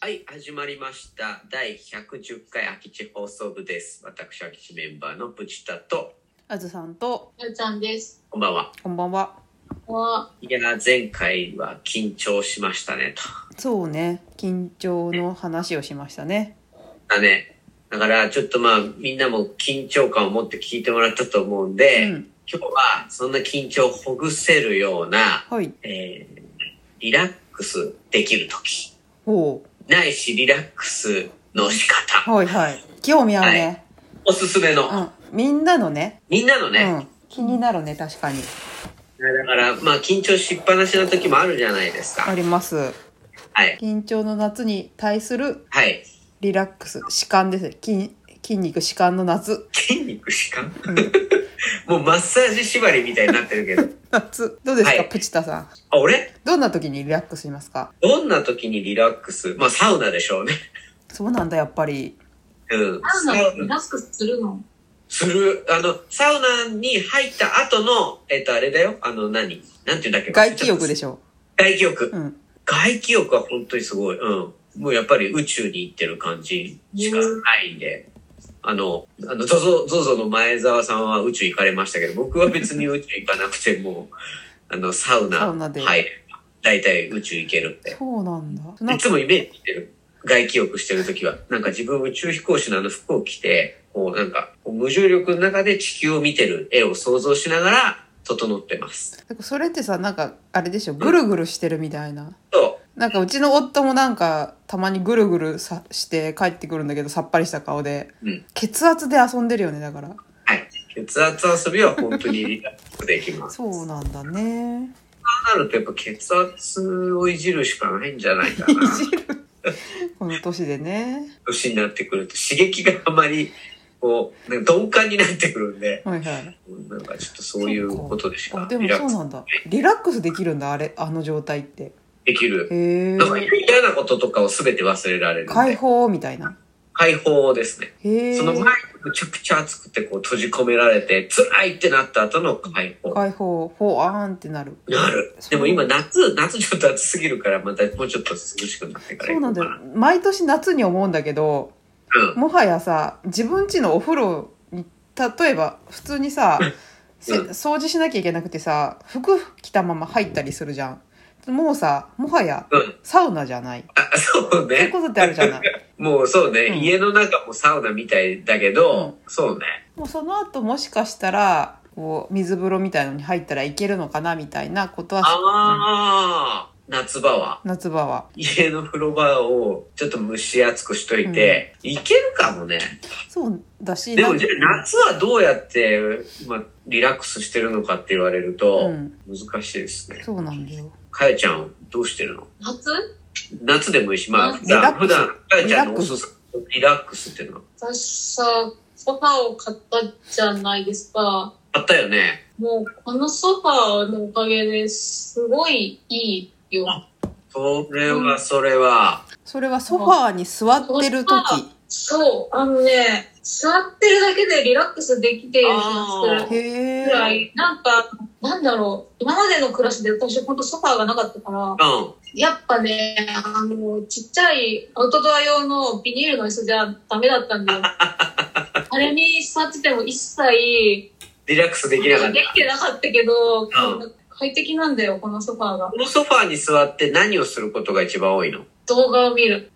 はい、始まりました。第110回空き地放送部です。私、空き地メンバーのプチタと、あずさんとあゆちゃんです。こんばんは。こんばんはわいやー、前回は緊張しましたね、と。そうね緊張の話をしましたねだね。だから、ちょっとまあ、みんなも緊張感を持って聞いてもらったと思うんうで、ん今日はそんな緊張をほぐせるような、はいえー、リラックスできるとき、おうないしリラックスの仕方、はいはい興味あるね、おすすめの、うんみんなのねみんなのね、うん気になるね確かにだから、まあ、緊張しっぱなしの時もあるじゃないですあか。りますはい。緊張の夏に対するはい。リラックス弛緩ですね筋筋肉弛緩の夏、筋肉しかんうん もうマッサージ縛りみたいになってるけ ど。夏どうですか、はいプチタさんあ、俺どんな時にリラックスしますかどんな時にリラックスまあ、サウナでしょうね。そうなんだやっぱりうん。あ、サウナリラックスするのする。あの、サウナに入った後の、えっ、と、あれだよ。あの、何なんて言うんだっけ外気浴でししょ外気浴。うん外気浴は本当にすごい。うん。もうやっぱり宇宙に行ってる感じしかないんで。あの、あの、ゾゾ、ゾゾの前澤さんは宇宙行かれましたけど、僕は別に宇宙行かなくても、 あの、サウナ、サウナではい。大体宇宙行けるって。そうなんだなんいつもイメージしてる。外気浴してる時は。なんか自分宇宙飛行士のあの服を着て、こうなんか、こう無重力の中で地球を見てる絵を想像しながら、整って ます。かそれってさなんかあれでしょぐるぐるしてるみたいなと、なんかうちの夫もなんかたまにぐるぐるさして帰ってくるんだけどさっぱりした顔で、うん血圧で遊んでるよねだからはい。血圧遊びは本当にリラックスできます。そうなんだねそうなるとやっぱ血圧をいじるしかないんじゃないかな。 この年でね年になってくると刺激があまり、こう、なんか鈍感になってくるんで、はいはいなんかちょっとそういうことでしあかでリもラッそうクスなんだリラックスできるんだあれあの状態ってできる。へえなんか嫌なこととかを全て忘れられるん解で、放みたいな解放ですね。へえその前にむちゃくちゃ暑くてこう閉じ込められて、辛いってなった後の解放。解放ほあーんってなるなる。でも今夏、夏ちょっと暑すぎるから、またもうちょっと涼しくなってからそうなんだ行よこ毎年夏に思うんだけどうかな。うん。もはやさ自分家のお風呂に例えば普通にさ、せうん掃除しなきゃいけなくてさ服着たまま入ったりするじゃんもうさもはやうん。サウナじゃないそあ、そうね。ういうことってあるじゃないもうそうね、うん家の中もサウナみたいだけど、うんそうね。もうその後もしかしたらこう水風呂みたいのに入ったらいけるのかなみたいなことはああ、夏場は。夏場は家の風呂場をちょっと蒸し暑くしといて、いけるかもね。そうだしでもなんじゃあ夏はどうやって、まあ、リラックスしてるのかって言われるうと、ん、難しいですね。そうなんだよかやちゃん、どうしてるの夏夏でもいいし、まあ、あ普段、普リラッ段、かやちゃんのおリラッすクスすめ、リラックスっていうのは。私さ、ソファーを買ったじゃないですか。あったよね。もう、このソファーのおかげですごいいいよ。それは、それは、それはソファーに座ってる時そう、あのね、座ってるだけでリラックスできている気がするへぐらえい、なんか、なんだろう、今までの暮らしで私ほんとソファーがなかったから、うん。やっぱね、あの、ちっちゃいアウトドア用のビニールの椅子じゃダメだった んだよ。あれに座ってても一切リラックスできなかったで。きてなかったけど、ん快適なんだよ、このソファーが。このソファーに座って何をすることが一番多いの動画を見 る。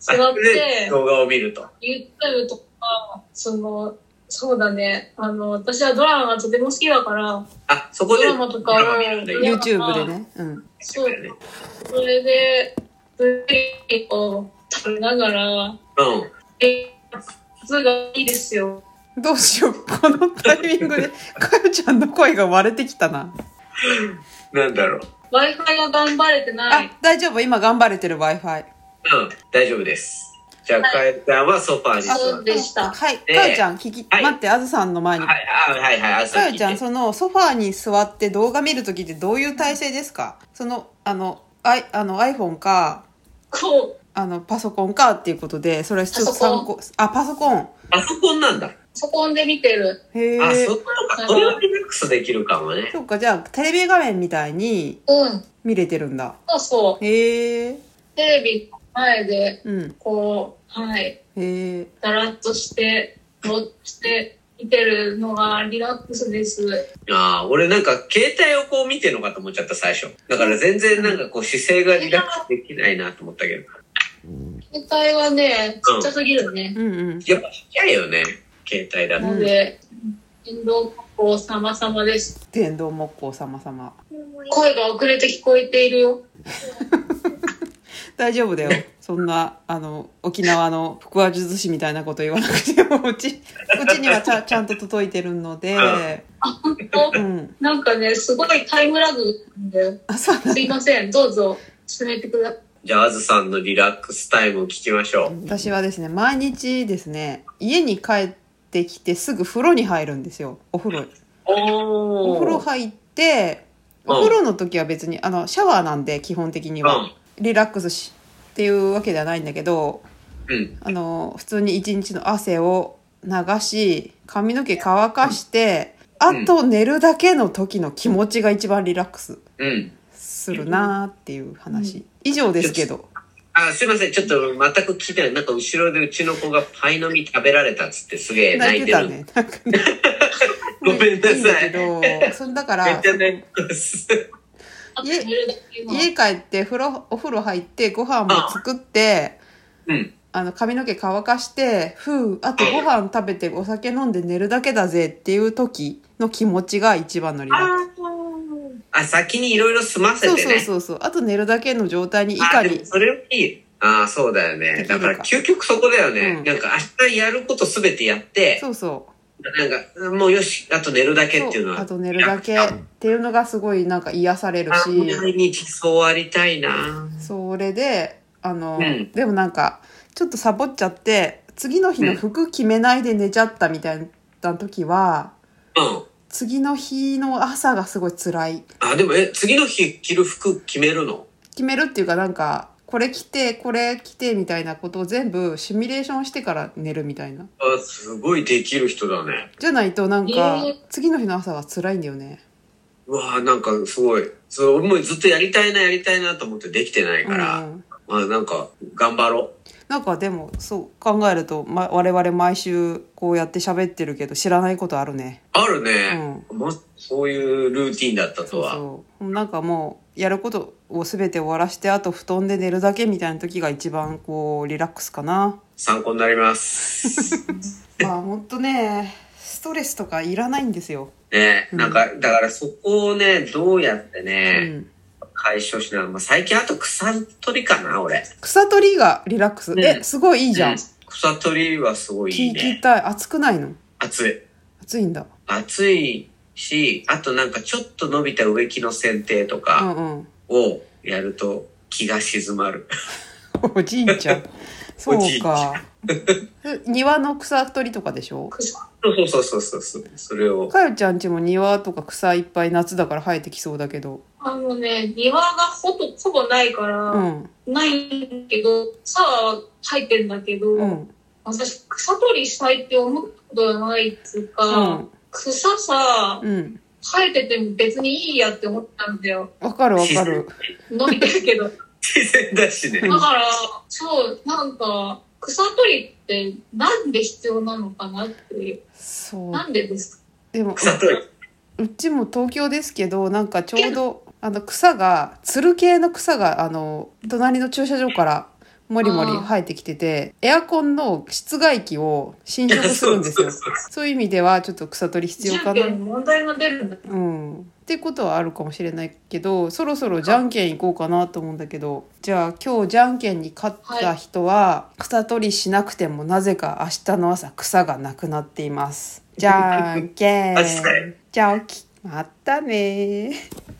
座っでて、動画を見ると。 YouTube とか、その、そうだね、あの、私はドラマがとても好きだから、あ、そこドでラマとかをドラマ見るんだよいや YouTube でね、うん、そう、ね。それで、ブリを食べながら、うん。夏がいいですよ。どうしよう、このタイミングで、かよちゃんの声が割れてきたな。なんだろう。 Wi-Fi が頑張れてないあ。、大丈夫、今頑張れてる Wi-Fi。うん、大丈夫です。じゃあ、かえちゃんはソファーに座そっうて。でした。はい、ええかよちゃん、聞き、はい待って、あずさんの前に。はい、あ、はい、はい、あ、かよちゃ聞いん、てそのソファーに座って動画見るときってどういう体勢ですかその、あの、アイあの iPhone か、こう、あの、パソコンかっていうことで、それはちょっと参考、あ、パソコン。パソコンなんだ。パソコンで見てる。へあ、えそ。うなのか。それはリラックスできるかもね。そっか、じゃあ、テレビ画面みたいにうん。見れてるんだ。そうそう。へえ。テレビの前で、うん。こう、はい。へえ。だらっとして、ぼーっとして見てるのがリラックスです。ああ、俺なんか携帯をこう見てるのかと思っちゃった最初。だから全然なんかこう姿勢がリラックスできないなと思ったけど。携帯はね、ちっちゃすぎるね。うんうん。やっぱちっちゃいよね、携帯だんと。ので、運動加工様々です。天童木工様様。声が遅れて聞こえているよ。大丈夫だよ。そんな、あの、沖縄の腹話術師みたいなこと言わなくても、うち、うちにはち ゃちゃんと届いてるので、あ、本当うん。なんかね、すごいタイムラグなんだよ。あ、そうなんすいません、どうぞ、進めてください。じゃあ、あずさんのリラックスタイムを聞きましょう。私はですね、毎日ですね、家に帰ってきてすぐ風呂に入るんですよ。お風呂。おお風呂入って、うんお風呂の時は別に、あの、シャワーなんで、基本的には。リラックスし、っていうわけではないんだけど、うん。うん。あの、普通に一日の汗を流し、髪の毛乾かして、あんと寝るだけの時の気持ちが一番リラックスうん。するなーっていう話。以上ですけど。あ、すいません。ちょっと全く聞いてない。なんか後ろでうちの子がパイの実食べられたっつってすげえ泣泣いいててたる。ね。なんかね。 ごめんなさいいんだけど、そんだから、 めっちゃ泣いてます。あと寝るだけの。家帰って風呂お風呂入ってご飯も作ってうん。あの髪の毛乾かしてふうあとご飯食べてお酒飲んで寝るだけだぜっていう時の気持ちが一番のリラックああ、先にいろいろ済まスせそうてそうね。そうそうあと寝るだけの状態にいあかでにもそれはいい。ああ、そうだよね。だから究極そこだよね。うんなんか明日やることすべてやって、そうそうなんかもうよし、あと寝るだけっていうのそうあは。と寝るだけっていうのがすごいなんか癒されるあし毎日そうありたいな。それであの、うんでもなんかちょっとサボっちゃって次の日の服決めないで寝ちゃったみたいな時は、うん。次の日の朝がすごい辛いあ、でも、え、次の日着る服決めるの決めるっていうかなんかこれ着てこれ着てみたいなことを全部シミュレーションしてから寝るみたいなあ、すごいできる人だね。じゃないとなんかえー次の日の朝は辛いんだよねうわあなんかすごい。そう、俺もずっとやりたいな、やりたいなと思ってできてないうんから、まあなんか、頑張ろなんかでもそう考えると、ま、我々毎週こうやって喋ってるけど知らないことあるねう。あるね。もそういうルーティンだったとそうは。そうなんかもうやることを全て終わらしてあと布団で寝るだけみたいな時が一番こうリラックスかな参考になり ます。まあほんとねストレスとかいらないんですよ、ね、うんなんか、だからそこをね、どうやってうね、ん、解消しながら、まあ、最近あと草取りかな、俺。草取りがリラックス。ねえ、すごいいいじゃん。うん草取りはすごいいい聞ねき。たい。暑くないの暑い。暑いんだ。暑いし、あとなんかちょっと伸びた植木の剪定とうかんうん。をやると気が静まる。おじいちゃん。そ おじういちゃか。庭の草取りとかでしょそうそうそうそうそう。それを。 かよちゃんちも庭とか草いっぱい夏だから生えてきそうだけど。あのね、庭がほとほぼないから、うん。ないけど、草は入ってんだけど、うん。私、草取りしたいって思ったことがないっつうか、うん。草さ、うん。生えてても別にいいやって思ったんだよ。わかるわ かる。伸びてる けど。自然だしね。だから、そう、なんか、草取りってなんで必要なのかなっていう。そう。なんでですかでも、草取り。うちも東京ですけど、なんかちょうど、あの草が、つる系の草が、あの、隣の駐車場から、もりもり生えてきてて、エアコンの室外機を侵食するんです よ。そうそうそそういう意味では、ちょっと草取り必要住か居なに。問題が出るんだ。うん。ってことはあるかもしれないけど、そろそろじゃんけん行こうかなと思うんだけど、じゃあ今日じゃんけんに勝った人は、草取りしなくてもなぜか明日の朝草がなくなっています。じゃんけん。マジかよじゃあ起き。またねー。